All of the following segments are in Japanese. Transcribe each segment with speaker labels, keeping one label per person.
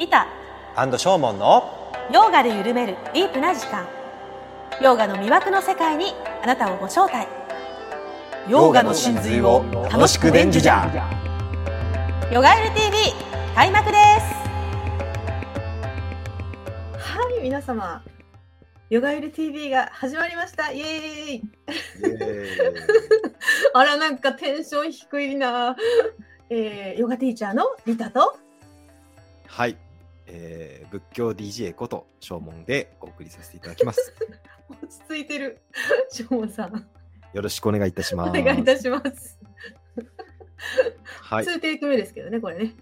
Speaker 1: 板
Speaker 2: アンドショーモンの
Speaker 1: ヨガで緩めるディープな時間ヨガの魅惑の世界にあなたをご招待
Speaker 2: ヨガの真髄を楽しく伝授じゃ
Speaker 1: ヨガエル TV 開幕です
Speaker 3: はい、皆様、ヨガゆる TV が始まりました。イエーイあら、なんかテンション低いな。えー、ヨガティーチャーのリタと、
Speaker 4: はい、えー、仏教 DJ こと正門でお送りさせていただきます。
Speaker 3: 落ち着いてる、 ショーンさん、
Speaker 4: よろしくお願いいたします。
Speaker 3: お願いいたします。
Speaker 4: はい、
Speaker 3: 2テイク目ですけどね、これね。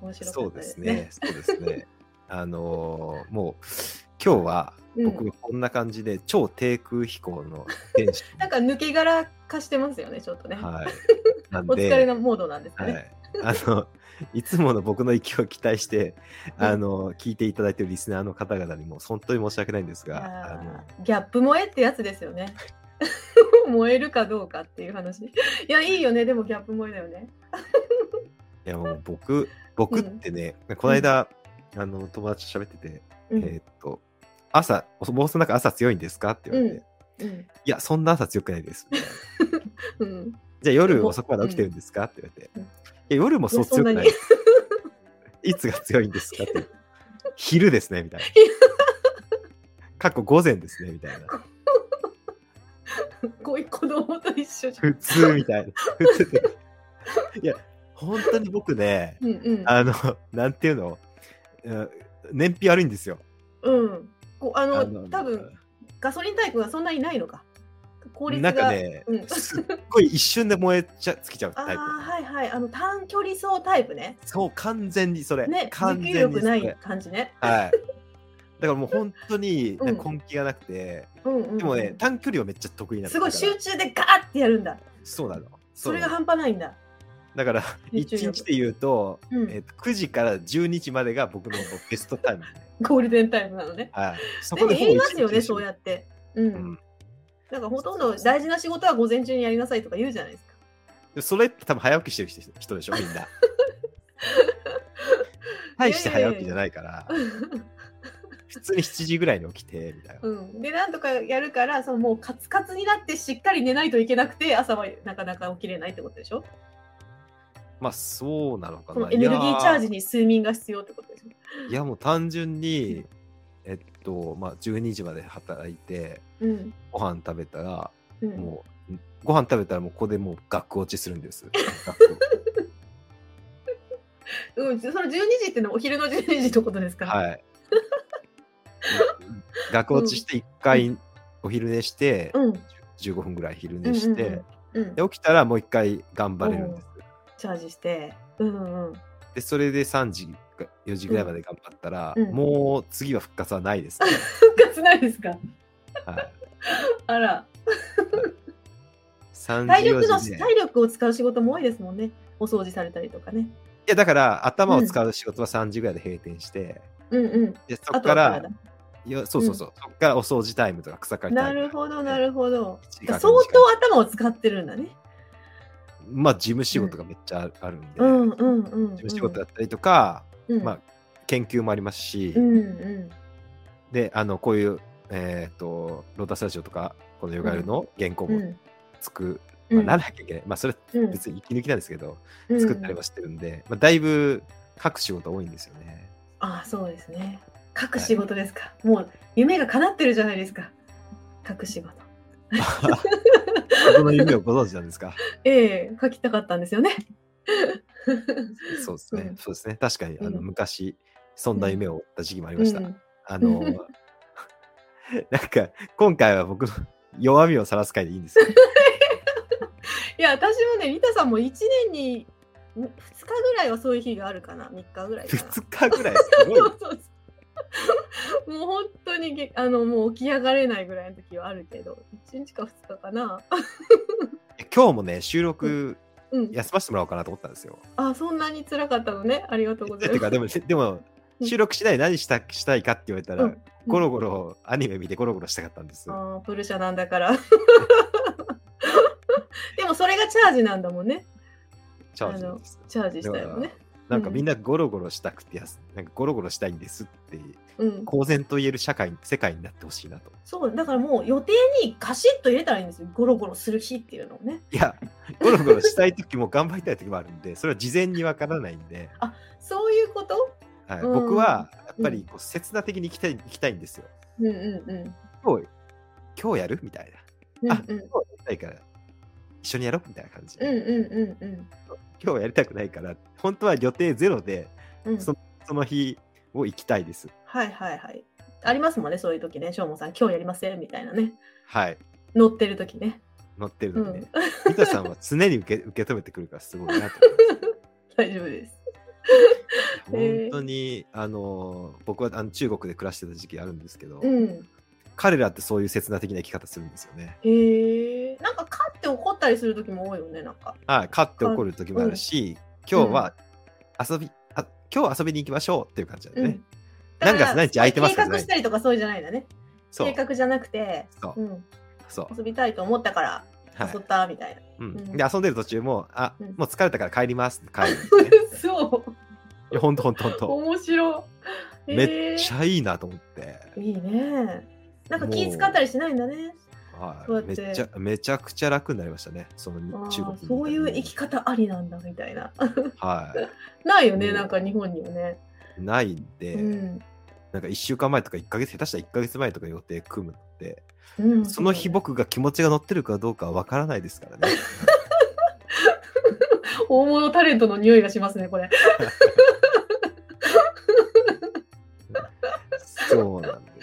Speaker 3: 面白か
Speaker 4: そ
Speaker 3: っ
Speaker 4: うで
Speaker 3: たですすね
Speaker 4: ね。。そうですね。あのーもう今日は
Speaker 3: うん
Speaker 4: 僕こんな感じで超低空飛行の天使、
Speaker 3: なんか抜け殻化してますよね、ちょっとね。
Speaker 4: はい、なん
Speaker 3: お疲れ
Speaker 4: で、
Speaker 3: のモードなんですか
Speaker 4: は
Speaker 3: ね。
Speaker 4: い、あのいつもの僕の勢いを期待して、あの聞いていただいているリスナーの方々にも本当に申し訳ないんです
Speaker 3: い
Speaker 4: が、あ
Speaker 3: や
Speaker 4: の
Speaker 3: ーギャップ萌えってやつですよ ね。 燃えるかどうかっていう話。いや、いいよね、でもギャップ萌えだよね。
Speaker 4: いやもう僕、僕ってね、この間、あの友達と喋ってて、
Speaker 3: うん
Speaker 4: えーっと、朝、お坊さんなんか朝強いんですかって言われて、
Speaker 3: うんうん
Speaker 4: いや、そんな朝強くないです。みたいな
Speaker 3: うん
Speaker 4: じゃあ夜遅くまで起きてるんですかって言われて、
Speaker 3: うん
Speaker 4: いや、夜もそう強くない
Speaker 3: い
Speaker 4: で
Speaker 3: や
Speaker 4: す。 いつが強いんですかって言って。昼ですね、み たいな。過去午前ですね、みたいな。
Speaker 3: こういう子供と一緒じゃん。
Speaker 4: 普通みたいな。普通っていや、本当に僕ね、
Speaker 3: うんうん。
Speaker 4: あの、なんていうの、うん燃費悪いんですよ。
Speaker 3: うん。こうあの
Speaker 4: あの
Speaker 3: 多分ガソリンタイプがそんなにないのか。効率
Speaker 4: な
Speaker 3: が。
Speaker 4: んかね、
Speaker 3: うん
Speaker 4: すっごい一瞬で燃えちゃ尽きちゃう
Speaker 3: ああ
Speaker 4: タイプ。
Speaker 3: はいはいあの短距離走タイプね。
Speaker 4: そう、完全にそれ。
Speaker 3: ね
Speaker 4: 完
Speaker 3: 持
Speaker 4: 全
Speaker 3: 久
Speaker 4: にそ
Speaker 3: 力
Speaker 4: れ
Speaker 3: ない感じね。
Speaker 4: はい。だからもう本当に
Speaker 3: うん
Speaker 4: 根気がなくて、
Speaker 3: うんうんうん。
Speaker 4: でもね、短距離はめっちゃ得意なの。
Speaker 3: すごい
Speaker 4: だから
Speaker 3: 集中でガーってやるんだ。
Speaker 4: そうなの。
Speaker 3: それ
Speaker 4: うな
Speaker 3: が
Speaker 4: の
Speaker 3: 半端ないんだ。
Speaker 4: だから、
Speaker 3: 集中
Speaker 4: 1
Speaker 3: 力
Speaker 4: 日で言うと、
Speaker 3: うん
Speaker 4: えっと、9時から12時までが僕のベストタイムね。
Speaker 3: ゴールデンタイムなのね。
Speaker 4: はい。そ
Speaker 3: でも
Speaker 4: ほ
Speaker 3: 言
Speaker 4: ぼ
Speaker 3: いますよ
Speaker 4: 一
Speaker 3: ね
Speaker 4: 日
Speaker 3: そうやって。う
Speaker 4: うんん。
Speaker 3: だからほとんど大事な仕事は午前中にやりなさいとか言うじゃないですか。
Speaker 4: でそれって多分早起きしてる人人でしょ、みん な。大して早起きじゃないから、普通に7時ぐらいに起きて、みたいな。
Speaker 3: うん、でなんとかやるからそのもうカツカツになってしっかり寝ないといけなくて朝はなかなか起きれないってことでしょ
Speaker 4: まあそうなのか
Speaker 3: そ
Speaker 4: な。
Speaker 3: のエネルギーチャージ
Speaker 4: い
Speaker 3: に睡眠が必要ってことでしょ
Speaker 4: やー。いやもう単純に、えっと、まあ12時まで働いて、
Speaker 3: うん
Speaker 4: ご飯食べたら、
Speaker 3: うん、
Speaker 4: もう、ご飯食べたらもうここでもうガク落ちするん です。ガク
Speaker 3: うん、その12時ってのはお昼の12時ってことですか、
Speaker 4: はい。ガク落ちして一回お昼寝して、
Speaker 3: うん、
Speaker 4: 15分ぐらい昼寝して、
Speaker 3: うんうんうん
Speaker 4: で、起きたらもう一回頑張れるんです。
Speaker 3: チャージして、うんうん、
Speaker 4: で、それで3時か、4時ぐらいまで頑張ったら、
Speaker 3: うん
Speaker 4: もう次は復活はないです、 ね。
Speaker 3: 復活ないですか
Speaker 4: はい。
Speaker 3: あら
Speaker 4: 3
Speaker 3: 体
Speaker 4: 時
Speaker 3: 力
Speaker 4: 4
Speaker 3: の
Speaker 4: 時で
Speaker 3: 体力を使う仕事も多いですもんねお掃除されたりとかね
Speaker 4: いやだから頭を使う仕事は3時ぐらいで閉店して、
Speaker 3: うんうん
Speaker 4: でそこ
Speaker 3: あ
Speaker 4: か
Speaker 3: とは
Speaker 4: ら
Speaker 3: 体
Speaker 4: いやそうそうそう、そこからお掃除タイムとか草刈りタ
Speaker 3: な
Speaker 4: イム
Speaker 3: るほどなるほど
Speaker 4: 一時間
Speaker 3: 相当頭を使ってるんだね
Speaker 4: まあ事務仕事がめっちゃあるあるんで、
Speaker 3: うん
Speaker 4: 事
Speaker 3: うんうん、うん、
Speaker 4: 務仕事だったりとか、
Speaker 3: うん
Speaker 4: まあ研究もありますし、
Speaker 3: うんうん
Speaker 4: であのこういうえっ、とロータスタジオとかこのヨガルの原稿
Speaker 3: う
Speaker 4: も
Speaker 3: ん
Speaker 4: 作、
Speaker 3: うん
Speaker 4: まあ、なきゃいけない、まあそれ
Speaker 3: うん
Speaker 4: 別に息抜きなんですけど、
Speaker 3: うん
Speaker 4: 作ったりはしてるんで、まあ、だいぶ書く仕事多いんですよね
Speaker 3: ああそうですね書く仕事ですか、もう夢が叶ってるじゃないですか書く仕事
Speaker 4: 僕の夢をご存知なんです か
Speaker 3: ええ書きたかったんですよね
Speaker 4: そうですね、
Speaker 3: うん
Speaker 4: そうですね。確かに、あの、
Speaker 3: うん
Speaker 4: 昔、そんな夢を追った時期もありました。
Speaker 3: うん
Speaker 4: あの、 なんか、今回は僕の弱みをさらす回でいいん ですよ。
Speaker 3: いや私もねリタさんも1年に2日ぐらいはそういう日があるかな3日ぐらいかな
Speaker 4: 2日ぐらい、すごい。
Speaker 3: そうそうそうもう本当にげあのもう起き上がれないぐらいの時はあるけど1日か2日かな
Speaker 4: 今日もね、収録
Speaker 3: うん
Speaker 4: 休ませてもらおうかなと思ったんですよ。
Speaker 3: あそんなに辛かったのねありがとうござい
Speaker 4: て
Speaker 3: ま
Speaker 4: か、で
Speaker 3: す
Speaker 4: も、でも、
Speaker 3: うん
Speaker 4: 収録しないで何したしたいかって言われたら、
Speaker 3: うん
Speaker 4: ゴロゴロ、アニメ見てゴロゴロしたかったんです。
Speaker 3: ああプルシャなんだから でもそれがチャージなんだもんね
Speaker 4: チャージです。
Speaker 3: チャージしたよね。
Speaker 4: なんかみんなゴロゴロしたくてやす、なんかゴロゴロしたいんですって、
Speaker 3: うん、
Speaker 4: 公然と言える社会、世界になってほしいなと。
Speaker 3: そうだからもう予定にガシッと入れたらいいんですよゴロゴロする日っていうのをね
Speaker 4: いや、ゴロゴロしたい時も頑張りたい時もあるんで、それは事前にわからないんで、
Speaker 3: そういうこと
Speaker 4: はい、
Speaker 3: うん
Speaker 4: 僕はやっぱりこう切な的に行きたい行きたいんですよ。
Speaker 3: うんうんうん
Speaker 4: 今日、今日やるみたいな。
Speaker 3: うん
Speaker 4: あ
Speaker 3: う
Speaker 4: 今日
Speaker 3: ん
Speaker 4: やりたいから、一緒にやろうみたいな感じ。
Speaker 3: うんうんうん
Speaker 4: 今日はやりたくないから、本当は予定ゼロで、
Speaker 3: うんうん
Speaker 4: その日を行きたいです。
Speaker 3: はいはいはいありますもんねそういう時ねしょうもさん今日やりませんみたいなね
Speaker 4: はい。
Speaker 3: 乗ってる時ね
Speaker 4: 乗ってるのにね。三田さんは常に受け受け止めてくるからすごいなと思い
Speaker 3: 大丈夫です
Speaker 4: ます。本当に、あの僕はあの中国で暮らしてた時期あるんですけど、
Speaker 3: うん
Speaker 4: 彼らってそういう切な的な生き方するんですよね。
Speaker 3: へえんか勝って怒ったりする時も多いよねなんか
Speaker 4: はい、勝って怒る時もあるし、今日は遊び、あ今日は遊びに行きましょうっていう感じだよね。
Speaker 3: だか
Speaker 4: 何
Speaker 3: ら
Speaker 4: 月何日空いてますか
Speaker 3: 計画したりとかそういうんじゃないんだね
Speaker 4: そう
Speaker 3: 計画じゃなくて、
Speaker 4: そう
Speaker 3: うん、
Speaker 4: そう。
Speaker 3: 遊びたいと思ったから
Speaker 4: は
Speaker 3: 遊
Speaker 4: い
Speaker 3: ったみたいな、
Speaker 4: うん、で遊んでる途中も、あ、
Speaker 3: うん
Speaker 4: もう疲れたから帰りますって帰るん ですね、
Speaker 3: そう
Speaker 4: いやほんとほんとほんと。
Speaker 3: 面白い
Speaker 4: めっち
Speaker 3: ゃ
Speaker 4: ゃいいなと思って。
Speaker 3: いいねなんか気使ったりしないんだねそう
Speaker 4: は
Speaker 3: や
Speaker 4: い、
Speaker 3: っ
Speaker 4: め
Speaker 3: て
Speaker 4: っちゃめちゃくちゃ楽になりましたね、そのに
Speaker 3: あー
Speaker 4: 中国に
Speaker 3: そういう生き方ありなんだみたいな
Speaker 4: は
Speaker 3: ないよね、
Speaker 4: うん
Speaker 3: なんか日本にはね、
Speaker 4: い。ないんで、
Speaker 3: うん
Speaker 4: なんか1週間前とか1ヶ月、下手したら1ヶ月前とか予定組むのって、
Speaker 3: うん
Speaker 4: その日
Speaker 3: うね
Speaker 4: 僕が気持ちが乗ってるかどうかは分からないですからね。
Speaker 3: 大物タレントの匂いがしますねこれ
Speaker 4: そうなんで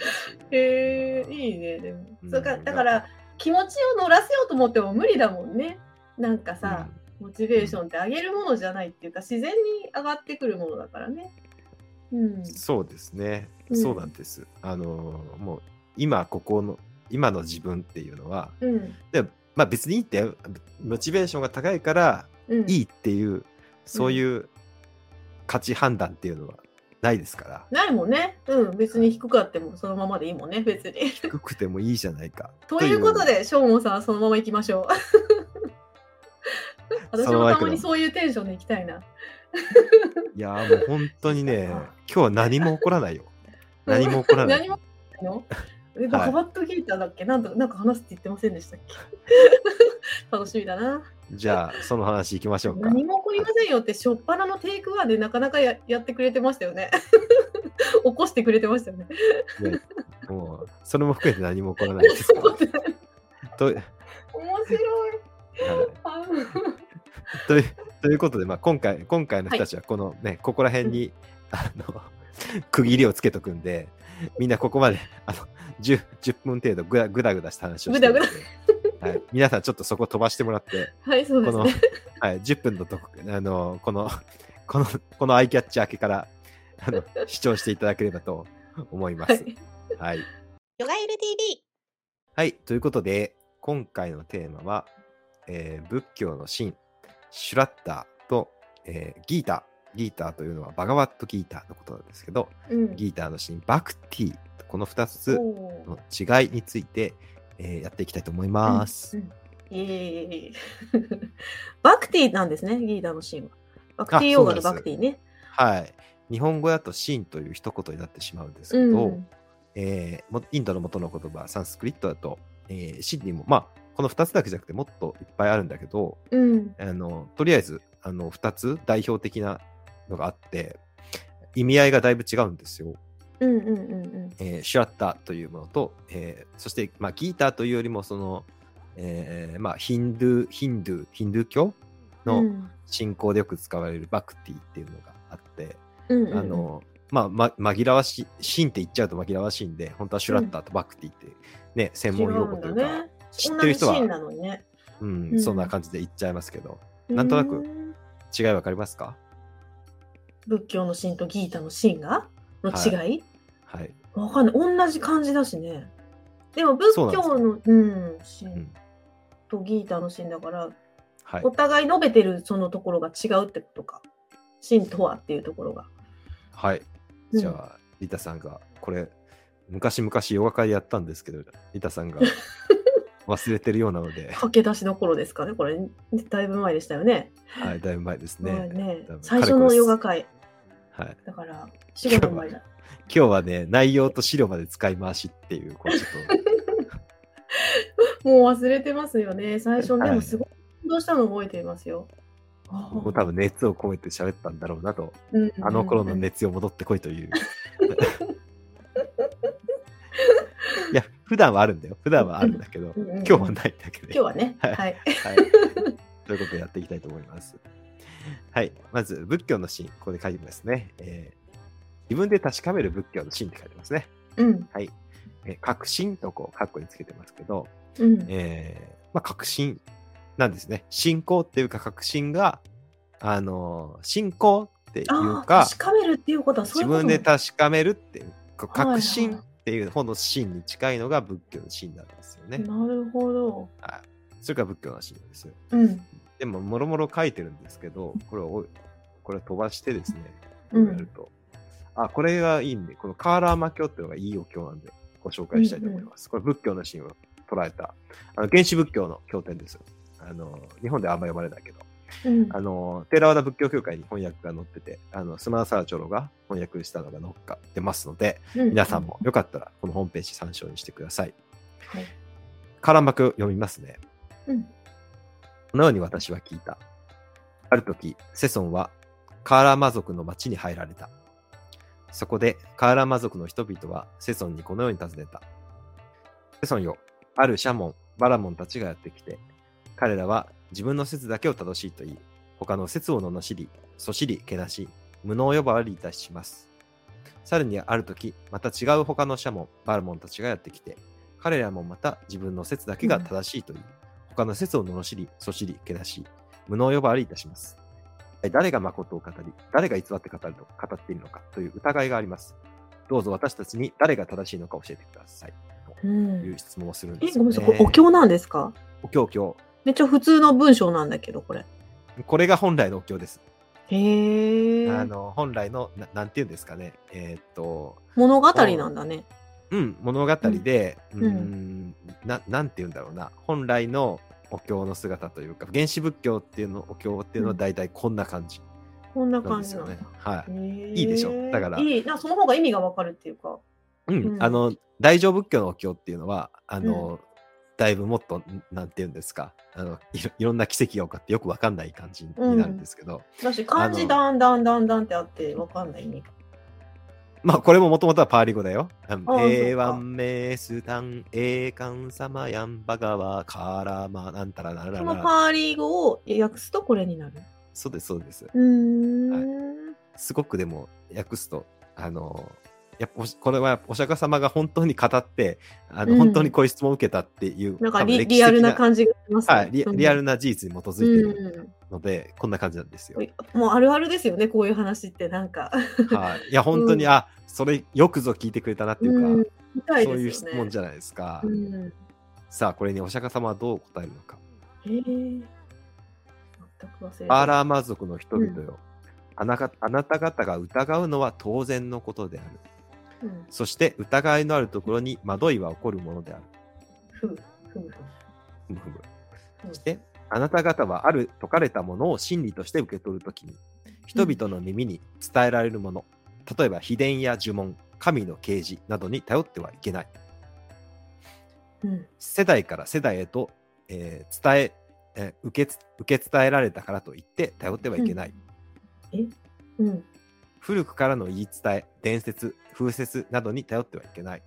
Speaker 4: すよ。
Speaker 3: へえいいねでも、
Speaker 4: うん
Speaker 3: そうかだから気持ちを乗らせようと思っても無理だもんねなんか さ、モチベーションって上げるものじゃないっていうか自然に上がってくるものだからねうん
Speaker 4: うんそうですね、
Speaker 3: うん
Speaker 4: そうなんです。あのーもう今ここの今の自分っていうのは、
Speaker 3: うん
Speaker 4: でまあ別にいいってモチベーションが高いから
Speaker 3: うん
Speaker 4: いいっていうそういう価値判断っていうのはないです から、
Speaker 3: ないもんねうん別に低かってもそのままでいいもんね 別に
Speaker 4: 低くてもいいじゃないか。
Speaker 3: ということでしょうもさんはそのまま行き ましょう私
Speaker 4: そのま
Speaker 3: も
Speaker 4: ま行
Speaker 3: た
Speaker 4: くの
Speaker 3: まにそういうテンションで行きたいない
Speaker 4: やーもう本当にね
Speaker 3: そう
Speaker 4: 今
Speaker 3: か
Speaker 4: 日は何も起こらないよ。何も起こらない。
Speaker 3: 何ものえバカバットギーターだっけなんとなんか話すって言ってませんでしたっけ 楽しみだな
Speaker 4: じゃあその話いきましょうか。
Speaker 3: 何も起こりませんよって初っ端のテイクワンでなかなかややってくれてましたよね 起こしてくれてましたよね
Speaker 4: もうそれも含めて何も起こらないです から。とはい
Speaker 3: 面 白い。あの
Speaker 4: というということで、まあ、今回今回の人たちはこの、ねここら辺に、あの区切りをつけとくんでみんなここまであの 10, 10分程度ぐだぐだぐだした話をしてるんで
Speaker 3: ぐだ
Speaker 4: はい、皆さんちょっとそこ飛ばしてもらって
Speaker 3: はい、そうで
Speaker 4: こ
Speaker 3: す
Speaker 4: の、
Speaker 3: ね。
Speaker 4: はい、10分のとこあのこのこのこのアイキャッチ明けからあの視聴していただければと思いま
Speaker 3: は
Speaker 4: す。
Speaker 3: い、
Speaker 4: はい、
Speaker 1: ヨガエル TV
Speaker 4: はい、ということで、今回のテーマは、えー仏教の神、シュラッターと、えーギーター。ギーターというのはバガワットギーターのことなんですけど、
Speaker 3: うん
Speaker 4: ギーターの神、バクティ。この2つ
Speaker 3: おー
Speaker 4: の違いについて、えーやっていきたいと思います。
Speaker 3: うんイエーイバクティなんですね、ギーターのシーンは。バクティヨーガのバクティね。
Speaker 4: はい。日本語だと神という一言になってしまうんです
Speaker 3: う
Speaker 4: け
Speaker 3: ん
Speaker 4: ど、えーもインドの元の言葉、サンスクリットだと、えー神にも、まあ、この2つだけじゃなくてもっといっぱいあるんだけど、
Speaker 3: うん。
Speaker 4: あのとりあえずあの2つ代表的なのがあって意味合いがだいぶ違うんですよ。
Speaker 3: うんうんうん
Speaker 4: えーシュラッタというものと、えーそして、まあ、ギーターというよりもその、えーまあ、ヒンドゥーヒンドゥーヒンドゥー教
Speaker 3: うん。
Speaker 4: の
Speaker 3: うん
Speaker 4: 信仰でよく使われるバクティっていうのがあって、
Speaker 3: うんうん
Speaker 4: あのまあ、ま紛らわしいシンって言っちゃうと紛らわしいんで本当はシュラッタとバクティって、ね専門用語というか、
Speaker 3: 違うんだね
Speaker 4: 知ってる人は
Speaker 3: 同じシーンなのにね
Speaker 4: うん
Speaker 3: うん
Speaker 4: そんな感じで言っちゃいますけどなんとなく
Speaker 3: うん
Speaker 4: 違いわかりますか
Speaker 3: 仏教のシーンとギーターのシーンがの違い
Speaker 4: はい
Speaker 3: わかんない。同じ漢字だしね。でも仏教
Speaker 4: そう
Speaker 3: のうんシー
Speaker 4: うん
Speaker 3: ンとギーターのシーンだから、
Speaker 4: はい
Speaker 3: お互い述べてるそのところが違うってことか。神とはっていうところが。
Speaker 4: はい。
Speaker 3: うん
Speaker 4: じゃあ、リ タさんが、これ、昔々ヨガ会やったんですけど、リタさんが、忘れてるようなので、
Speaker 3: 駆け出しの頃ですかね、これ、だいぶ前でしたよね。
Speaker 4: はい、だいぶ前です
Speaker 3: まあ
Speaker 4: ね。
Speaker 3: ね
Speaker 4: 多分
Speaker 3: 最初のヨガ会、
Speaker 4: はい、
Speaker 3: だから、4、5年前だ。
Speaker 4: 今日はね、内容と資料まで使い回しっていう、こうちょ っと、
Speaker 3: もう忘れてますよね、最初、
Speaker 4: はい
Speaker 3: でもすごい感動したの覚えていますよ。
Speaker 4: 僕も多分熱を込めて喋ったんだろうなと、
Speaker 3: うんうん
Speaker 4: あの頃の熱を戻ってこいと いう。いや、普段はあるんだよ。普段はあるんだけど、
Speaker 3: うんうん
Speaker 4: 今日はないだけで。
Speaker 3: 今日はね、
Speaker 4: はい
Speaker 3: は
Speaker 4: は
Speaker 3: い。
Speaker 4: い。ということでやっていきたいと思います。はい。まず、仏教の真、ここで書いてますね。えー自分で確かめる仏教の真って書いてますね。
Speaker 3: うん。
Speaker 4: はい。えー確信とこう、カッコにつけてますけど、
Speaker 3: うん。
Speaker 4: えーまあ、確信なんですね。信仰っていうか、確信が、あのー信仰っていう
Speaker 3: ああ、
Speaker 4: か、
Speaker 3: 確かめるっていうことはそうい
Speaker 4: 自
Speaker 3: うこ
Speaker 4: 分
Speaker 3: と
Speaker 4: で確かめるっていう、こう
Speaker 3: はいはい
Speaker 4: 確信っていう方の真に近いのが仏教の真なんですよね。
Speaker 3: なるほど。
Speaker 4: はい。それから仏教の真ですよ。
Speaker 3: うん。
Speaker 4: でも、もろもろ書いてるんですけど、これをお、これを飛ばしてですね、
Speaker 3: う
Speaker 4: やる
Speaker 3: ん。
Speaker 4: と。あ、これがいいんで、このカーラーマ教っていうのがいいお経なんで、ご紹介したいと思います。これ、仏教のシーンを捉えた、あの原始仏教の経典です。あの、日本ではあんま読まれないけど、
Speaker 3: うん
Speaker 4: あの、テラワダ仏教協会に翻訳が載ってて、あの、スマーサーチョロが翻訳したのが載っかってますので、皆さん。もよかったら、このホームページ参照にしてください。
Speaker 3: はい
Speaker 4: カーラーマ教読みますね。
Speaker 3: うん。
Speaker 4: このように私は聞いた。ある時、セソンはカーラマ族の町に入られた。そこでカーラマ族の人々はセソンにこのように尋ねた。セソンよ、あるシャモン、バラモンたちがやってきて、彼らは自分の説だけを正しいと言い、他の説を罵り、そしり、けなし、無能呼ばわりいたします。さらにある時、また違う他のシャモン、バラモンたちがやってきて、彼らもまた自分の説だけが正しいと言い、他の説を罵り、そしり、けなし、無能呼ばわりいたします。一体誰が誠を語り、誰が偽って語るの語っているのかという疑いがあります。どうぞ私たちに誰が正しいのか教えてください。
Speaker 3: う
Speaker 4: とい
Speaker 3: ん
Speaker 4: う質問をするんで
Speaker 3: え、
Speaker 4: す
Speaker 3: ごめん
Speaker 4: よ、
Speaker 3: な
Speaker 4: ね。
Speaker 3: さい、これお経なんですか
Speaker 4: お経お経。
Speaker 3: めっちゃ普通の文章なんだけど、これ。
Speaker 4: これが本来のお経です。
Speaker 3: へえ。
Speaker 4: あの本来のな、なんていうんですかね。えーっと、
Speaker 3: 物語なんだね。
Speaker 4: うん、物語で、う
Speaker 3: うん
Speaker 4: ーんな、なんて言うんだろうな。本来のお経の姿というか、原始仏教っていうの、お経っていうのは大体こんな感じ
Speaker 3: こんな
Speaker 4: なん
Speaker 3: 感
Speaker 4: です
Speaker 3: じな
Speaker 4: よ
Speaker 3: んだ
Speaker 4: ね。。はい。
Speaker 3: へー
Speaker 4: いいでしょだから
Speaker 3: いい。なんかその方が意味がわかるっていうか。
Speaker 4: うん、
Speaker 3: うん
Speaker 4: あの大乗仏教のお経っていうのはあの、だいぶもっとんなんて言うんですかあのいろいろんな奇跡が起こってよくわかんない感じになるんですけど、
Speaker 3: だし、漢
Speaker 4: あ
Speaker 3: 字
Speaker 4: の
Speaker 3: だんだんだんだんってあってわかんない意味が。
Speaker 4: まあこれももともとはパーリ語だよ。あ
Speaker 3: ああ
Speaker 4: のエーワンメースタンエーカンサマヤンバガワカーラマなんたらなら
Speaker 3: この
Speaker 4: ら
Speaker 3: パーリー語を訳すとこれになる。
Speaker 4: そうですそうです。
Speaker 3: うーん。
Speaker 4: すごくでも訳すとあのやっぱおしこれはお釈迦様が本当に語ってあの、
Speaker 3: うん
Speaker 4: 本当にこういう質問を受けたっていう
Speaker 3: なんか
Speaker 4: 多分
Speaker 3: リ
Speaker 4: 歴史
Speaker 3: リアルな
Speaker 4: 的
Speaker 3: 感じがしますね。
Speaker 4: はいリリアルな事実に基づいてる、
Speaker 3: うん
Speaker 4: ので、こんな感じなんですよ。
Speaker 3: もうあるあるですよね、こういう話って、なんか。
Speaker 4: はい。いや、本当に、あ、それよくぞ聞いてくれたなっていうか、
Speaker 3: うんみたいです
Speaker 4: そ
Speaker 3: よ
Speaker 4: う
Speaker 3: ね。
Speaker 4: いう質問じゃないですか。
Speaker 3: うん、へ
Speaker 4: さあ、これにお釈迦様はどう答えるのか。
Speaker 3: え全く忘れ
Speaker 4: パー
Speaker 3: ー
Speaker 4: ラーマ族の人々よ、あなたあなた方が疑うのは当然のことである。
Speaker 3: うん、
Speaker 4: そして、疑いのあるところに惑いは起こるものである。
Speaker 3: ふむふむふむ
Speaker 4: ふむふむ
Speaker 3: うん
Speaker 4: そして、あなた方はある解かれたものを真理として受け取るときに、人々の耳に伝えられるもの、例えば秘伝や呪文、神の啓示などに頼ってはいけない。
Speaker 3: うん
Speaker 4: 世代から世代へと、えー伝ええー受けつ受け伝えられたからといって頼ってはいけない、
Speaker 3: うん、
Speaker 4: 古くからの言い伝え伝説風説などに頼ってはいけない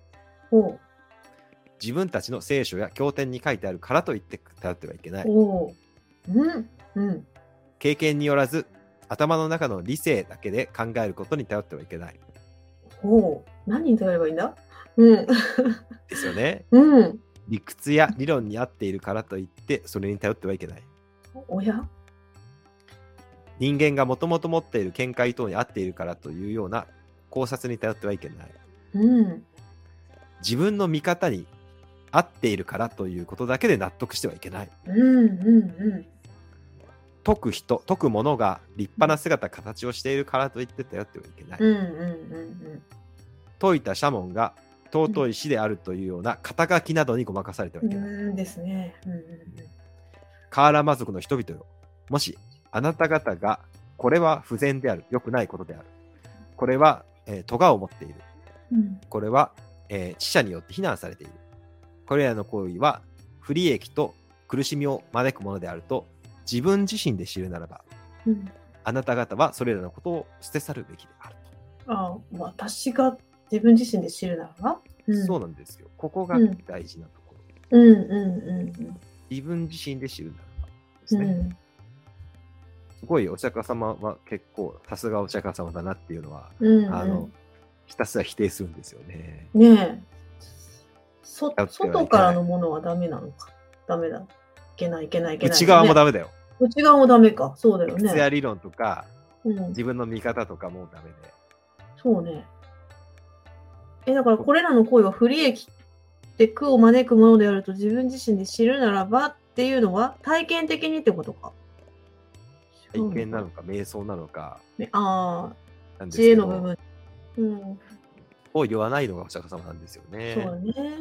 Speaker 3: おう
Speaker 4: 自分たちの聖書や経典に書いてあるからといって頼ってはいけない
Speaker 3: おううんうん
Speaker 4: 経験によらず頭の中の理性だけで考えることに頼ってはいけない
Speaker 3: おう何に頼ればいいんだうん
Speaker 4: ですよね
Speaker 3: うん
Speaker 4: 理屈や理論に合っているからといってそれに頼ってはいけない
Speaker 3: おや
Speaker 4: 人間がもともと持っている見解等に合っているからというような考察に頼ってはいけない
Speaker 3: うん
Speaker 4: 自分の見方に合っているからということだけで納得してはいけない。
Speaker 3: うんうん
Speaker 4: 解く人、解くものが立派な姿、形をしているからといって頼ってはいけない。
Speaker 3: うんうんうんうん
Speaker 4: 解いたシャモンが尊い死であるというような肩書きなどにごまかされては
Speaker 3: う
Speaker 4: いけない。
Speaker 3: ーんですね。うんうん
Speaker 4: カーラマ族の人々よ。もし、あなた方が、これは不全である。良くないことである。これは、えー、咎を持っている。
Speaker 3: うんうん
Speaker 4: これは、えー、知者によって非難されている。これらの行為は、不利益と苦しみを招くものであると、自分自身で知るならば、
Speaker 3: うん
Speaker 4: あなた方はそれらのことを捨て去るべきであると。
Speaker 3: あ私が自分自身で知るならば、うん、
Speaker 4: そうなんですよ。ここが
Speaker 3: うん
Speaker 4: 大事なところ。
Speaker 3: うんうんうん
Speaker 4: 自分自身で知るならばです
Speaker 3: うんう
Speaker 4: ね。
Speaker 3: ん
Speaker 4: すごいお釈迦様は結構、さすがお釈迦様だなっていうのは、
Speaker 3: うんうん
Speaker 4: あの、ひたすら否定するんですよね。
Speaker 3: ねえそ
Speaker 4: やってはいけない
Speaker 3: 外からのものはダメなのかダメだいけないいけないいけない
Speaker 4: 内側も
Speaker 3: ダ
Speaker 4: ダメだよ。
Speaker 3: メ内側もダメかそうだよ
Speaker 4: 靴や
Speaker 3: ね、
Speaker 4: 理論とか、
Speaker 3: うん、
Speaker 4: 自分の見方とかもダメで。
Speaker 3: そうねえだからこれらの行為は不利益で苦を招くものであると自分自身で知るならばっていうのは体験的にってことか
Speaker 4: 体験なのか、瞑想なのか、
Speaker 3: ねああ
Speaker 4: なんです
Speaker 3: 知恵
Speaker 4: け
Speaker 3: の
Speaker 4: ど
Speaker 3: 部分うん
Speaker 4: を言わないのがお釈迦様なんですよね。
Speaker 3: そうだね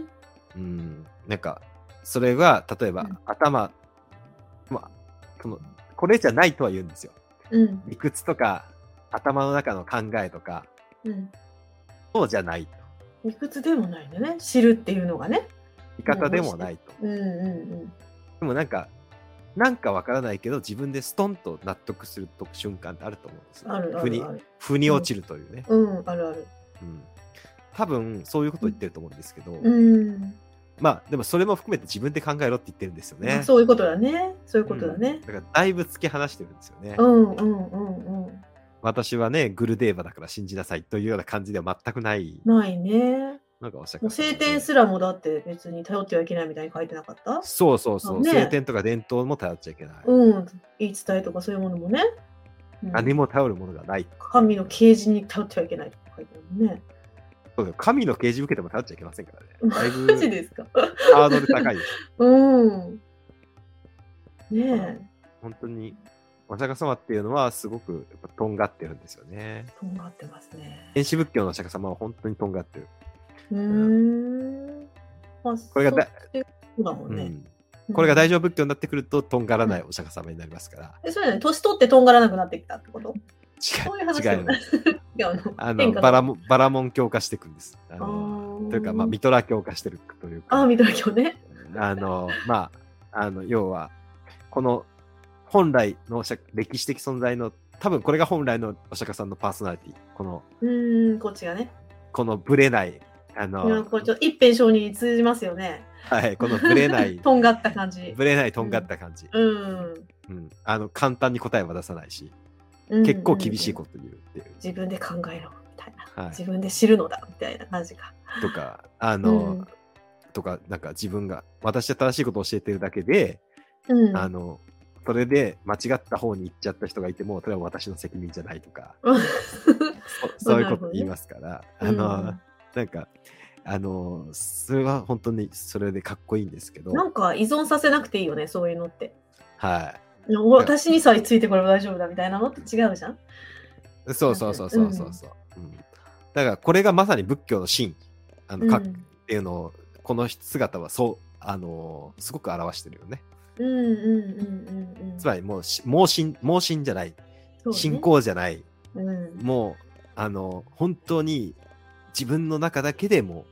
Speaker 4: うん、なんかそれが例えば、
Speaker 3: うん
Speaker 4: 頭、まあ、そのこれじゃないとは言うんですよ。
Speaker 3: うん
Speaker 4: 理屈とか頭の中の考えとか
Speaker 3: うん
Speaker 4: そうじゃないと
Speaker 3: 理屈でもないんだね知るっていうのがね
Speaker 4: 見方でもないと。
Speaker 3: うんうんうん
Speaker 4: でもなんかなんかわからないけど自分でストンと納得すると瞬間ってあると思うんですよ
Speaker 3: あるあ
Speaker 4: 腑に
Speaker 3: るある。
Speaker 4: 腑に落ちるというね、
Speaker 3: うん、あるある。
Speaker 4: うん多分そういうことを言ってると思うんですけど、
Speaker 3: うん。
Speaker 4: まあでもそれも含めて自分で考えろって言ってるんですよね。
Speaker 3: そういうことだね。そういうことだ
Speaker 4: うん
Speaker 3: ね。
Speaker 4: だからだいぶ突き放してるんですよね。
Speaker 3: うんうんうんうん。
Speaker 4: 私はね、グルデーバだから信じなさいというような感じでは全くない、
Speaker 3: ないね。
Speaker 4: なんかおっしゃ
Speaker 3: もう聖典すらもだって別に頼ってはいけないみたいに書いてなかった
Speaker 4: そうそうそう、
Speaker 3: ね
Speaker 4: 聖典とか伝統も頼っちゃいけない。
Speaker 3: うん。言い伝えとかそういうものもね。うん
Speaker 4: 何も頼るものがない。
Speaker 3: 神の啓示に頼ってはいけないって書いてあるもんね。
Speaker 4: そうだよ神の啓示受けても頼っちゃいけませんからね。だいぶ
Speaker 3: マジですか
Speaker 4: ハードル高いです。
Speaker 3: うん。ねえ。
Speaker 4: 本当に、お釈迦様っていうのはすごくやっぱとんがってるんですよね。
Speaker 3: とんがってますね。
Speaker 4: 原始仏教のお釈迦様は本当にとんがってる。
Speaker 3: うーん。まあ、
Speaker 4: これがだ
Speaker 3: そっちそうだも
Speaker 4: うん
Speaker 3: ね。
Speaker 4: んこれが大
Speaker 3: 丈
Speaker 4: 乗仏教になってくると、とんがらないお釈迦様になりますから。
Speaker 3: 夫。え、そうだよね。年取ってとんがらなくなってきたってことそういう話
Speaker 4: 違
Speaker 3: で
Speaker 4: う、違う
Speaker 3: もな
Speaker 4: の
Speaker 3: い。いやあの
Speaker 4: あの
Speaker 3: 変化
Speaker 4: バラモンバラモン強化していくんです。あ
Speaker 3: あ
Speaker 4: の
Speaker 3: ー
Speaker 4: というか、まあ、ミトラ強化してるという
Speaker 3: あ
Speaker 4: か、
Speaker 3: ー、ミドラ教ね。
Speaker 4: あのまあ、あの要は、この本来の社歴史的存在の、多分これが本来のお釈迦さんのパーソナリティ、この、
Speaker 3: うーん、こっちがね。
Speaker 4: このぶれない、あ
Speaker 3: いや
Speaker 4: の、
Speaker 3: これちょっと一辺承認に通じますよね。、
Speaker 4: はい、このぶれない
Speaker 3: とんがった感じ。
Speaker 4: ぶれないとんがった感じ、
Speaker 3: うん。
Speaker 4: うんあの、簡単に答えは出さないし、
Speaker 3: うん
Speaker 4: 結構厳しいこと言うっていう、
Speaker 3: 自分で考えろ、みたいな。
Speaker 4: は
Speaker 3: 自
Speaker 4: い、
Speaker 3: 分で知るのだ、みたいな感じか。
Speaker 4: とか、あの、
Speaker 3: うん
Speaker 4: とか、なんか自分が、私は正しいことを教えてるだけで、
Speaker 3: うん。
Speaker 4: あの、それで間違った方に行っちゃった人がいても、それは私の責任じゃないとか、 そそういうこと言いますから、あの、
Speaker 3: うん
Speaker 4: なんか、あの、それは本当にそれでかっこいいんですけど、
Speaker 3: なんか依存させなくていいよね、そういうのって。
Speaker 4: は
Speaker 3: 私にさえついてこれば大丈夫だみたいなのって違うじゃん。
Speaker 4: い。そうそうそうそうそうそう、うんだから、これがまさに仏教の真あの、
Speaker 3: う
Speaker 4: かっ
Speaker 3: ん
Speaker 4: ていうのを、この姿はそう、あの、すごく表してるよね。
Speaker 3: うんうんうんうんうん。
Speaker 4: つまり、もうし、盲信、盲信じゃない、
Speaker 3: そうね
Speaker 4: 信。仰じゃない、
Speaker 3: うん。
Speaker 4: もう、あの、本当に自分の中だけでもう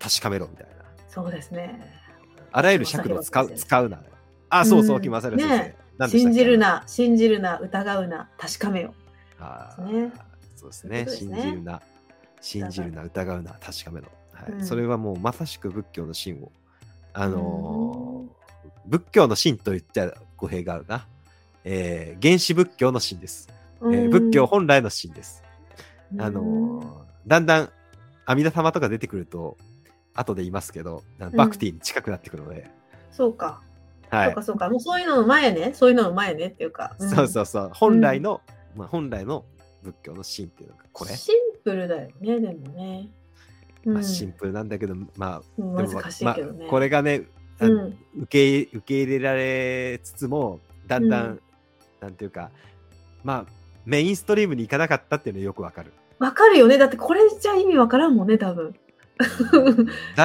Speaker 4: 確かめろみたいな。
Speaker 3: そうですね。
Speaker 4: あらゆる尺度を使う、
Speaker 3: 木村
Speaker 4: 使うな。あ、そうそうう、
Speaker 3: ん
Speaker 4: 木村先生。
Speaker 3: ね
Speaker 4: 何でしたっ
Speaker 3: 信
Speaker 4: け
Speaker 3: じる。な、信じるな、疑うな、確かめよ。
Speaker 4: あ
Speaker 3: ね
Speaker 4: ーそうですね。
Speaker 3: そういう
Speaker 4: 信
Speaker 3: ことですね
Speaker 4: じるな。信じるな、疑うな、確かめろ。はい
Speaker 3: うん
Speaker 4: それはもうまさしく仏教の真を。あのー仏教の真と言っちゃ語弊があるな。えー原始仏教の真です、えー仏教本来の真です。
Speaker 3: うん、
Speaker 4: あのーだんだん阿弥陀様とか出てくると後で言いますけどあの
Speaker 3: うん
Speaker 4: バクティに近くなってくるので、
Speaker 3: そうか、
Speaker 4: は
Speaker 3: そう
Speaker 4: い
Speaker 3: か、そうか、もうそういうのの前ね、そういうのの前ねっていうか、ん
Speaker 4: そうそうそう本来の、まあ、本来の仏教の真っていうのがこれ、
Speaker 3: シンプルだよね、でもね。うん
Speaker 4: まあ、シンプルなんだけどまあでも
Speaker 3: 難しいけどね。
Speaker 4: まあ、これがね、あ
Speaker 3: う
Speaker 4: の
Speaker 3: ん、
Speaker 4: 受け入れ受け入れられつつもだんだん、
Speaker 3: うん
Speaker 4: なんていうかまあメインストリームに行かなかったっていうのよくわかる。
Speaker 3: わかるよね、だってこれじゃ意味わからんもんね、多分。
Speaker 4: だ
Speaker 3: やっ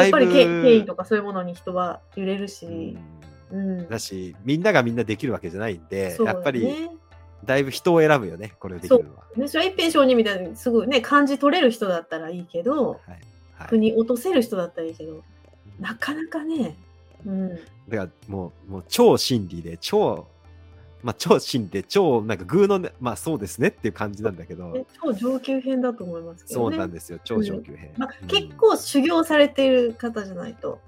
Speaker 4: い
Speaker 3: ぱ
Speaker 4: ぶ
Speaker 3: りけ権威とかそういうものに人は揺れるし、うん
Speaker 4: だし、みんながみんなできるわけじゃないんで、
Speaker 3: そうだ
Speaker 4: や
Speaker 3: よ
Speaker 4: っぱり
Speaker 3: ね
Speaker 4: だいぶ人を選ぶよね、これをできるのは。
Speaker 3: 私は一平承認みたいにすぐね感じ取れる人だったらいいけど
Speaker 4: はいはい、
Speaker 3: 国落とせる人だったらいいけどなかなかね、うん、
Speaker 4: だからもう、もう超心理で、超、まあ超心理で、超なんか偶のね、まあそうですねっていう感じなんだけど、
Speaker 3: ね超上級編だと思いますけど
Speaker 4: そ
Speaker 3: ね。
Speaker 4: うなんですよ、超上級編。
Speaker 3: まあ
Speaker 4: う、ん
Speaker 3: 結構修行されている方じゃないと、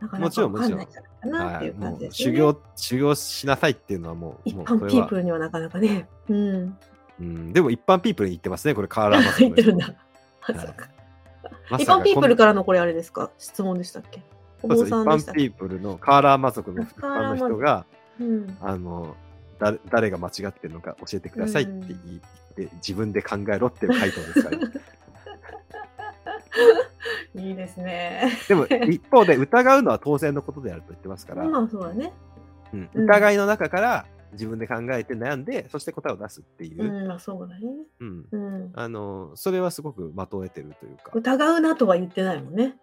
Speaker 3: なかなかわかんないんじゃないかなっ
Speaker 4: は
Speaker 3: てい
Speaker 4: い、
Speaker 3: う感
Speaker 4: も
Speaker 3: じ
Speaker 4: う
Speaker 3: です、ね
Speaker 4: 修行、修行しなさいっていうのはもう、
Speaker 3: 一
Speaker 4: もう
Speaker 3: 般
Speaker 4: これ
Speaker 3: ピー
Speaker 4: は
Speaker 3: プ、ルにはなかなかね。うん。
Speaker 4: うん、でも一般ピープルに行ってますね、これ、カーラーマス
Speaker 3: 入ってるんだ。あ
Speaker 4: い
Speaker 3: そうか
Speaker 4: ま
Speaker 3: 一
Speaker 4: さか
Speaker 3: 般ピープル
Speaker 4: こ
Speaker 3: からのこれあれですか質問でしたっけお
Speaker 4: の
Speaker 3: 坊
Speaker 4: そ
Speaker 3: さ
Speaker 4: うんそう
Speaker 3: で
Speaker 4: 一
Speaker 3: した
Speaker 4: 般
Speaker 3: っけ
Speaker 4: ピープルのカーラー魔族の一
Speaker 3: カーラー
Speaker 4: 般
Speaker 3: 魔
Speaker 4: の
Speaker 3: 族
Speaker 4: 人が、
Speaker 3: うん
Speaker 4: あの、だ誰が間違ってるのか教えてくださいって言い言って、自分で考えろっていう回答ですからね、
Speaker 3: いいですね。
Speaker 4: で も一方で疑うのは当然のことであると言ってますから、
Speaker 3: まあそうだね。
Speaker 4: うん
Speaker 3: うん
Speaker 4: 疑いの中から自分で考えて悩んで、そして答えを出すっていうう、
Speaker 3: ん、まあそうだね。
Speaker 4: うん
Speaker 3: うん。
Speaker 4: あのそれはすごくまとえてるというか、
Speaker 3: 疑うなとは言ってないもんね。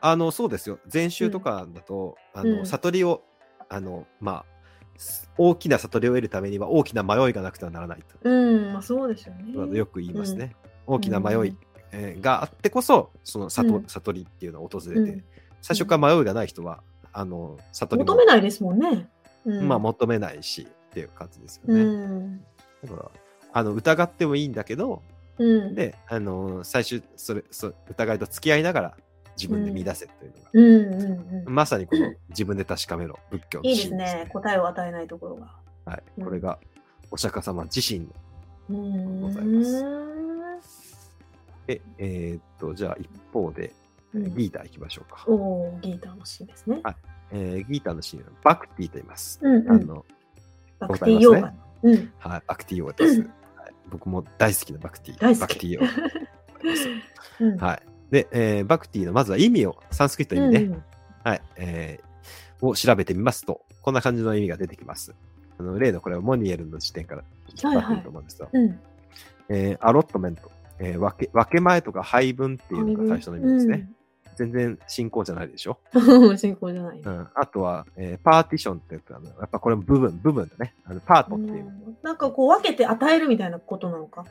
Speaker 4: あのそうですよ禅宗とかだと、あ
Speaker 3: う
Speaker 4: の
Speaker 3: ん
Speaker 4: 悟りをあのまあす大きな悟りを得るためには大きな迷いがなくてはならないと、
Speaker 3: うん、まあそうでしょうね。
Speaker 4: よく言いますね、大きな迷い、えーがあってこそその悟,、
Speaker 3: うん
Speaker 4: 悟りっていうのを訪れて、
Speaker 3: うん
Speaker 4: 最初から迷いがない人はあの悟りも
Speaker 3: 求めないですもんね。うん
Speaker 4: まあ、求めないしっていう感じですよ
Speaker 3: う
Speaker 4: ね、
Speaker 3: ん。
Speaker 4: だからあの疑ってもいいんだけど
Speaker 3: うん。
Speaker 4: であの最終それそ疑いと付き合いながら自分で見出せというのが、
Speaker 3: うんうんうん。
Speaker 4: まさにこの自分で確かめろ仏教の
Speaker 3: いいです
Speaker 4: 真理
Speaker 3: ね。答えを与えないところが。
Speaker 4: はい、
Speaker 3: うん
Speaker 4: これがお釈迦様自身の
Speaker 3: うーん
Speaker 4: ございます。で、えーっと、じゃあ一方で、えー
Speaker 3: うん
Speaker 4: ギーター行きましょうか。
Speaker 3: おーギーターのシーンですね。
Speaker 4: えーギーターのシーンはバクティと言います。
Speaker 3: うんうん
Speaker 4: あの、
Speaker 3: バクティヨーガ。うん。
Speaker 4: はい、バクティをです、
Speaker 3: う
Speaker 4: はい僕も大好きなバクティ。
Speaker 3: 大好き
Speaker 4: バクティを。
Speaker 3: うん
Speaker 4: はい。で、えーバクティのまずは意味を、サンスクリットの意味ね、はい、えーを調べてみますと、こんな感じの意味が出てきます。あの例のこれはモニエルの時点から引っ張っていいと思うんですが、
Speaker 3: うんうん。
Speaker 4: えーアロットメント、えー分け、分け前とか配分っていうのが最初の意味ですね。全然進行じゃないでしょ。
Speaker 3: うん。 進行じゃない。
Speaker 4: う、
Speaker 3: うん
Speaker 4: あとは、えーパーティションってやつあのやっぱこれも部分、部分だね。あのパートっていう。
Speaker 3: んなんかこう分けて与えるみたいなことなのか。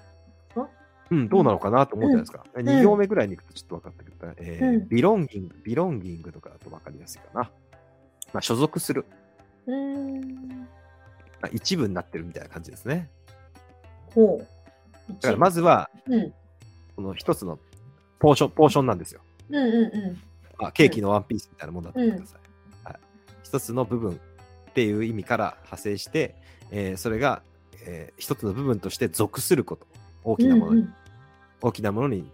Speaker 4: うん、どうなのかなと思うじゃないですか。
Speaker 3: ん
Speaker 4: 2行目ぐらいに行くとちょっと分かってくるから、えー
Speaker 3: うん
Speaker 4: ビロンギング、ビロンギングとかだと分かりやすいかな。まあ、所属する、
Speaker 3: うーん。
Speaker 4: まあ一部になってるみたいな感じですね。
Speaker 3: ほう。
Speaker 4: だからまずは、
Speaker 3: うん。うん
Speaker 4: この一つのポーション、ポーションなんですよ。
Speaker 3: うんう
Speaker 4: まあ、ケーキのワンピースみたいなもんだと思ってください。はい、一つの部分っていう意味から派生して、えーそれが、えー一つの部分として属すること。大
Speaker 3: ん。
Speaker 4: きなものに、
Speaker 3: うん
Speaker 4: 大きなものに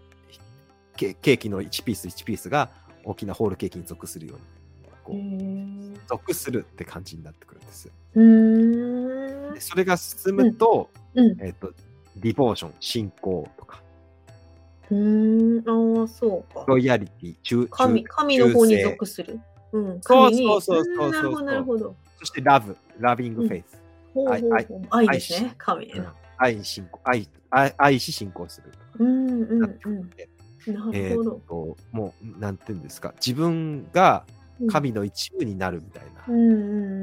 Speaker 4: ケ、ケーキの1ピース1ピースが大きなホールケーキに属するように、こ
Speaker 3: う
Speaker 4: う、
Speaker 3: ん。へー
Speaker 4: 属するって感じになってくるんです。
Speaker 3: うーん
Speaker 4: でそれが進むと、
Speaker 3: うん。
Speaker 4: えっ、と、ディボーション、信仰とか、
Speaker 3: うーん。ああ、そうか。
Speaker 4: ロイヤリティ、忠
Speaker 3: 神
Speaker 4: 忠
Speaker 3: 神の方に
Speaker 4: 忠誠
Speaker 3: 属する。うん。
Speaker 4: そう
Speaker 3: 神に
Speaker 4: そうそうそうそう
Speaker 3: ーんなるほど、なるほど。
Speaker 4: そしてラブ、ラビングフェイス。
Speaker 3: ほうほう
Speaker 4: 愛
Speaker 3: ほう愛ですね、神ね。
Speaker 4: 愛に信仰愛愛愛し信仰するとか
Speaker 3: うんうんう
Speaker 4: なってくるん
Speaker 3: ん。
Speaker 4: で、
Speaker 3: な
Speaker 4: え
Speaker 3: るほ
Speaker 4: ー
Speaker 3: ど
Speaker 4: っ。ともうなんていうんですか自分が
Speaker 3: うん。
Speaker 4: 神の一部になるみたいな、
Speaker 3: うんう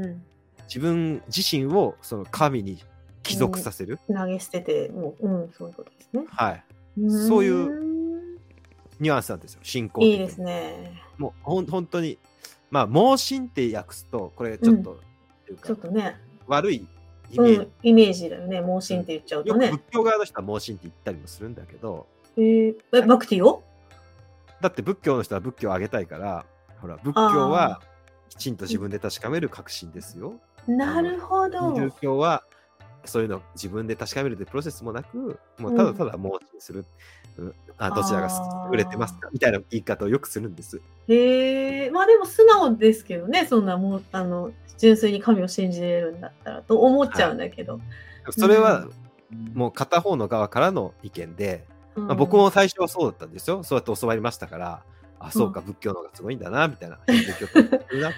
Speaker 3: んう
Speaker 4: 自分自身をその神に帰属させる、
Speaker 3: ん。投げ捨てて、もう、うん、そういうことですね。
Speaker 4: はい、
Speaker 3: ーん
Speaker 4: そういう。ニュアンスなんですよ信仰
Speaker 3: いいですね。
Speaker 4: もうほん本当にまあ盲信って訳すとこれちょっと,、という
Speaker 3: ち
Speaker 4: か
Speaker 3: ょっとね、
Speaker 4: 悪いイメ
Speaker 3: う
Speaker 4: ージ
Speaker 3: ん、イメージだよね。盲信って言っちゃう
Speaker 4: よ
Speaker 3: と
Speaker 4: く
Speaker 3: ね
Speaker 4: 仏。教側の人は盲信って言ったりもするんだけど、
Speaker 3: えー、え、バクティを
Speaker 4: だって仏教の人は仏教をあげたいから、ほら、仏教はきちんと自分で確かめる確信ですよ。
Speaker 3: なるほど。
Speaker 4: ヒンドゥー教はそういうの自分で確かめるってプロセスもなく、もうただただ盲信する、うんあ、どちらが
Speaker 3: あー
Speaker 4: 優れてますかみたいな言い方をよくするんです。
Speaker 3: へえまあでも素直ですけどね、そんなもう、あの、純粋に神を信じれるんだったらと思っちゃうんだけど。
Speaker 4: それは
Speaker 3: う
Speaker 4: もう片方の側からの意見で、
Speaker 3: うん
Speaker 4: まあ、僕も最初はそうだったんですよ。そうやって教わりましたから、あ、そうか、仏教の方がすごいんだな、みたいな、ヒンドゥー教ってすごいなって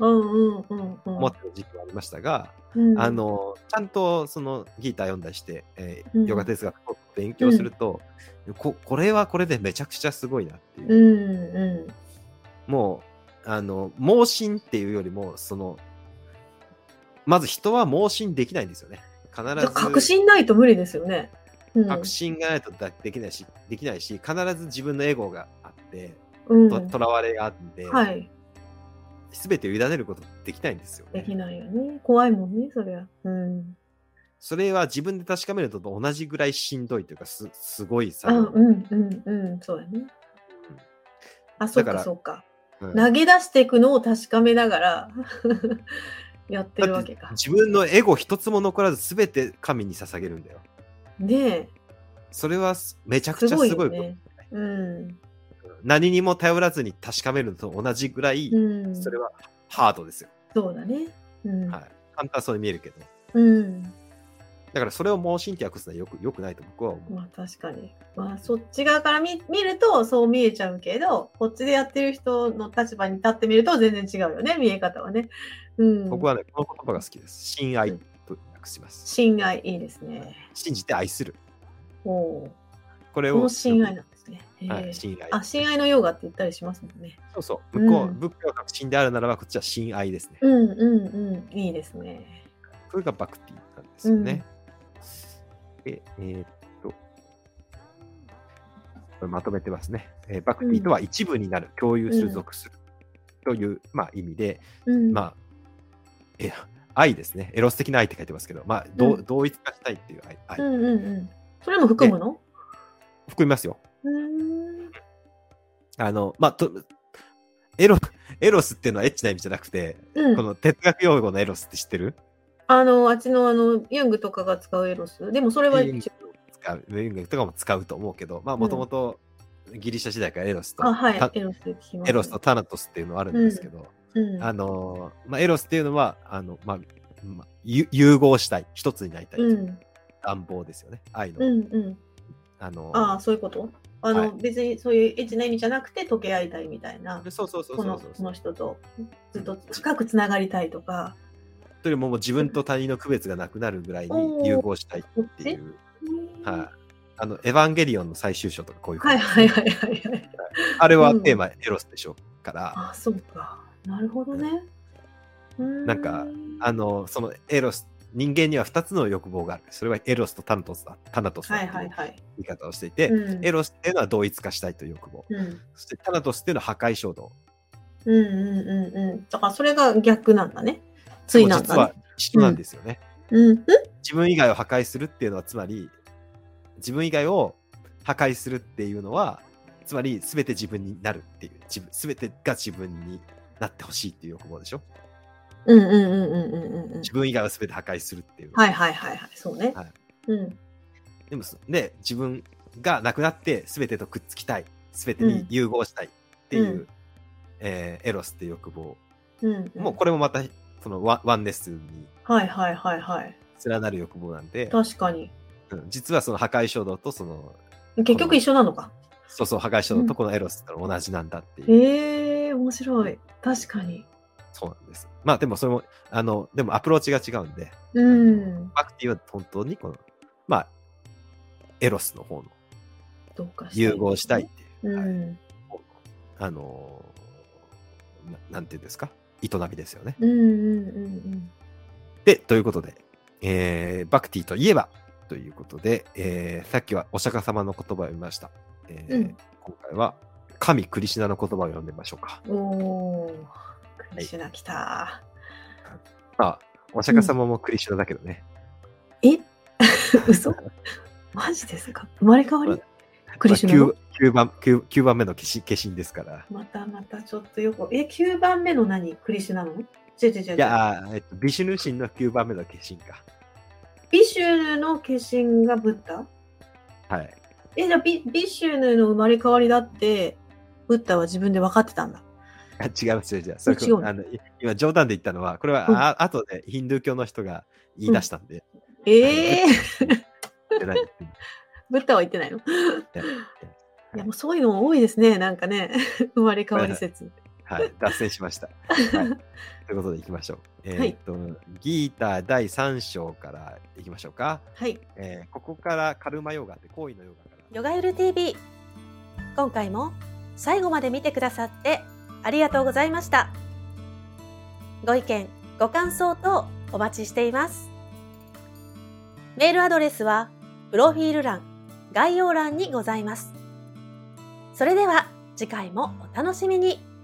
Speaker 3: うんうんうん うん。
Speaker 4: 思ってる時期がありましたが、
Speaker 3: うん
Speaker 4: あのちゃんとそのギーター読んだりして、えー
Speaker 3: うん
Speaker 4: ヨガ哲学勉強すると、ここれはこれでめちゃくちゃすごいなっていう、
Speaker 3: うんう
Speaker 4: もうあの盲信っていうよりもそのまず人は盲信できないんですよね必
Speaker 3: ん。
Speaker 4: ず
Speaker 3: 確信ないと無理ですよね。うん、
Speaker 4: 確信がないとだできないしできないし必ず自分のエゴがあって
Speaker 3: うん
Speaker 4: ととらわれがあって、
Speaker 3: はい。
Speaker 4: 全てを委ねることできないんですよ、
Speaker 3: でき
Speaker 4: ね。
Speaker 3: ないよね。怖いもんね、そりゃ。うん。
Speaker 4: それは自分で確かめるのと同じぐらいしんどいというかすすごいさ
Speaker 3: あ、うんうんうん、そうやね。あ、そっ
Speaker 4: だか
Speaker 3: からそっか。
Speaker 4: うん
Speaker 3: 投げ出していくのを確かめながら やってるわけか。
Speaker 4: 自分のエゴ一つも残らず全て神に捧げるんだよ。
Speaker 3: ね
Speaker 4: それはすめちゃ
Speaker 3: え、
Speaker 4: く
Speaker 3: す
Speaker 4: ちゃ
Speaker 3: ごい
Speaker 4: すご
Speaker 3: よ
Speaker 4: いこと。
Speaker 3: ね。うん。
Speaker 4: 何にも頼らずに確かめるのと同じぐらい、
Speaker 3: うん、
Speaker 4: それはハードですよ、
Speaker 3: そうだね。うん。
Speaker 4: はい。簡単そうに見えるけど。
Speaker 3: うん。
Speaker 4: だからそれを盲信って訳すのはよくよくないと僕は思う。
Speaker 3: まあ確かに。まあそっち側から見見るとそう見えちゃうけど、こっちでやってる人の立場に立ってみると全然違うよね、見え方はね。うん。
Speaker 4: 僕はね、この言葉が好きです。信愛と訳します。
Speaker 3: 信愛いいですね。
Speaker 4: 信じて愛する。
Speaker 3: おお
Speaker 4: これ
Speaker 3: ー。
Speaker 4: を。
Speaker 3: この信愛なんですね。
Speaker 4: は
Speaker 3: へ
Speaker 4: い、
Speaker 3: え
Speaker 4: 信愛。
Speaker 3: あ、親愛のヨガって言ったりしますもんね。
Speaker 4: そうそう。向こう、
Speaker 3: うん
Speaker 4: 仏教が確信であるならば、こっちは信愛ですね。
Speaker 3: うんうんうん。いいですね。
Speaker 4: これがバクティなんですよね。でえーっと、これまとめてますね、えーバクティとは一部になる、共有する、
Speaker 3: うん
Speaker 4: 属するという、まあ、意味で、
Speaker 3: うん。
Speaker 4: まあ、え愛ですね。エロス的な愛って書いてますけど、まあ、どう
Speaker 3: うん
Speaker 4: 同一化したいっていう愛愛、
Speaker 3: うんうんうん。それも含むの
Speaker 4: 含みますよ。
Speaker 3: うーん。
Speaker 4: あの、まあ、とエロ、エロスっていうのはエッチな意味じゃなくて、
Speaker 3: うん
Speaker 4: この哲学用語のエロスって知ってる
Speaker 3: あの、あっちのあの、ユングとかが使うエロス。でもそれは
Speaker 4: ユン
Speaker 3: 違
Speaker 4: グ
Speaker 3: う。
Speaker 4: 使う、文学とかも使うと思うけど、まあもともとギリシャ時代からエロスと、
Speaker 3: あ、はい
Speaker 4: た。
Speaker 3: エロスで聞きます。
Speaker 4: エロスとタナトスっていうのはあるんですけど、
Speaker 3: うん。
Speaker 4: あのー、まあエロスっていうのは、あの、まあ、まあゆ融合したい、一つになりたいと
Speaker 3: う。
Speaker 4: いうん願望ですよね、愛の。
Speaker 3: うんうん。
Speaker 4: あのー
Speaker 3: ああ、そういうことあの、
Speaker 4: はい
Speaker 3: 別にそういうエッチな意味じゃなくて溶け合いたいみたいな。
Speaker 4: そうそうそうそ
Speaker 3: こ
Speaker 4: うそ
Speaker 3: の
Speaker 4: う
Speaker 3: この人とずっと近くつながりたいとか。
Speaker 4: というよりももう自分と他人の区別がなくなるぐらい
Speaker 3: おー
Speaker 4: に融合したいっていう、はい、あのエヴァンゲリオンの最終章とかこういう感
Speaker 3: はい
Speaker 4: じ、
Speaker 3: はいはいはいはい。
Speaker 4: あれは
Speaker 3: うん
Speaker 4: テーマエロスでしょうから、
Speaker 3: あ、そうか。なるほどね。
Speaker 4: なんか
Speaker 3: うーん
Speaker 4: あのそのエロス人間には2つの欲望があるそれはエロスとタナトスだタナトスだとい
Speaker 3: はいうはいはい。
Speaker 4: 言い方をしていて、
Speaker 3: うん
Speaker 4: エロスっていうのは同一化したいという欲望
Speaker 3: うん
Speaker 4: そしてタナトスっていうのは破壊衝動
Speaker 3: うんうんうんうん。だからそれが逆なんだね。ついなん
Speaker 4: 実
Speaker 3: だ
Speaker 4: は
Speaker 3: ね。
Speaker 4: 一緒なんですよね、
Speaker 3: うん。ん
Speaker 4: 自分以外を破壊するっていうのはつまり自分以外を破壊するっていうのはつまり全て自分になるっていう自分全てが自分になってほしいっていう欲望でしょ
Speaker 3: うんうんうんうんうんうん。
Speaker 4: 自分以外を全て破壊するっていう、
Speaker 3: はいはいはいはい。そうね。
Speaker 4: はい
Speaker 3: うん。
Speaker 4: でもそで自分がなくなって全てとくっつきたい全てに融合したいっていう、
Speaker 3: うん
Speaker 4: えーエロスっていう欲望
Speaker 3: うん、うん。
Speaker 4: もうこれもまたそのワンワンネスに
Speaker 3: はいはいはいはい。
Speaker 4: 連なる欲望なんで、
Speaker 3: 確かに。
Speaker 4: うん実はその破壊衝動とその
Speaker 3: 結局一緒なのか。
Speaker 4: そうそう破壊衝動とこのエロスってのは同じなんだっていう、
Speaker 3: えー、面白い。確かに。
Speaker 4: そうなんですまあでもそれもあのでもアプローチが違うんで
Speaker 3: うん。
Speaker 4: バクティは本当にこのまあエロスの方の
Speaker 3: どうか
Speaker 4: 融合したいっ。ていう、
Speaker 3: う
Speaker 4: はい
Speaker 3: ん。
Speaker 4: あのーななんていうんですか営みですよね
Speaker 3: うんうんうん
Speaker 4: で、ということで、えーバクティといえばということで、えーさっきはお釈迦様の言葉を読みました。えー
Speaker 3: うん
Speaker 4: 今回は神クリシュナの言葉を読んでみましょうか。
Speaker 3: うん。おー、クリシュナ来た。
Speaker 4: まあ、お釈迦様もクリシュナだけどね。
Speaker 3: え 嘘マジですか生まれ変わりクリシュナの
Speaker 4: 9, 番 9, 番目の化身化身ですから。
Speaker 3: またまたちょっとよく。え、9番目の何クリシュナの違う違う違う。
Speaker 4: いやー、えっと、ビシュヌ神の9番目の化身か。
Speaker 3: ビシュヌの化身がブッダ
Speaker 4: はい。
Speaker 3: え、じゃあビビシュヌの生まれ変わりだって、ブッダは自分で分かってたんだ。
Speaker 4: あ違いますよ、違う。それ
Speaker 3: 違うの
Speaker 4: あのい今、冗談で言ったのは、これは、
Speaker 3: うん
Speaker 4: あ後でヒンドゥー教の人が言い出したんで、
Speaker 3: ええー、
Speaker 4: 言ってない言ってない
Speaker 3: ブッダは言ってないの
Speaker 4: 言ってない
Speaker 3: いやもうそういうの多いですね、なんかね、生まれ変わり説。
Speaker 4: はい、脱線しました。はい、ということでいきましょう。えーっと、ギーター第3章からいきましょうか。
Speaker 3: はい。
Speaker 4: えーここからカルマヨガって行為のヨガから。
Speaker 1: ヨガゆる TV 今回も最後まで見てくださってありがとうございましたご意見ご感想等お待ちしていますメールアドレスはプロフィール欄概要欄にございますそれでは次回もお楽しみに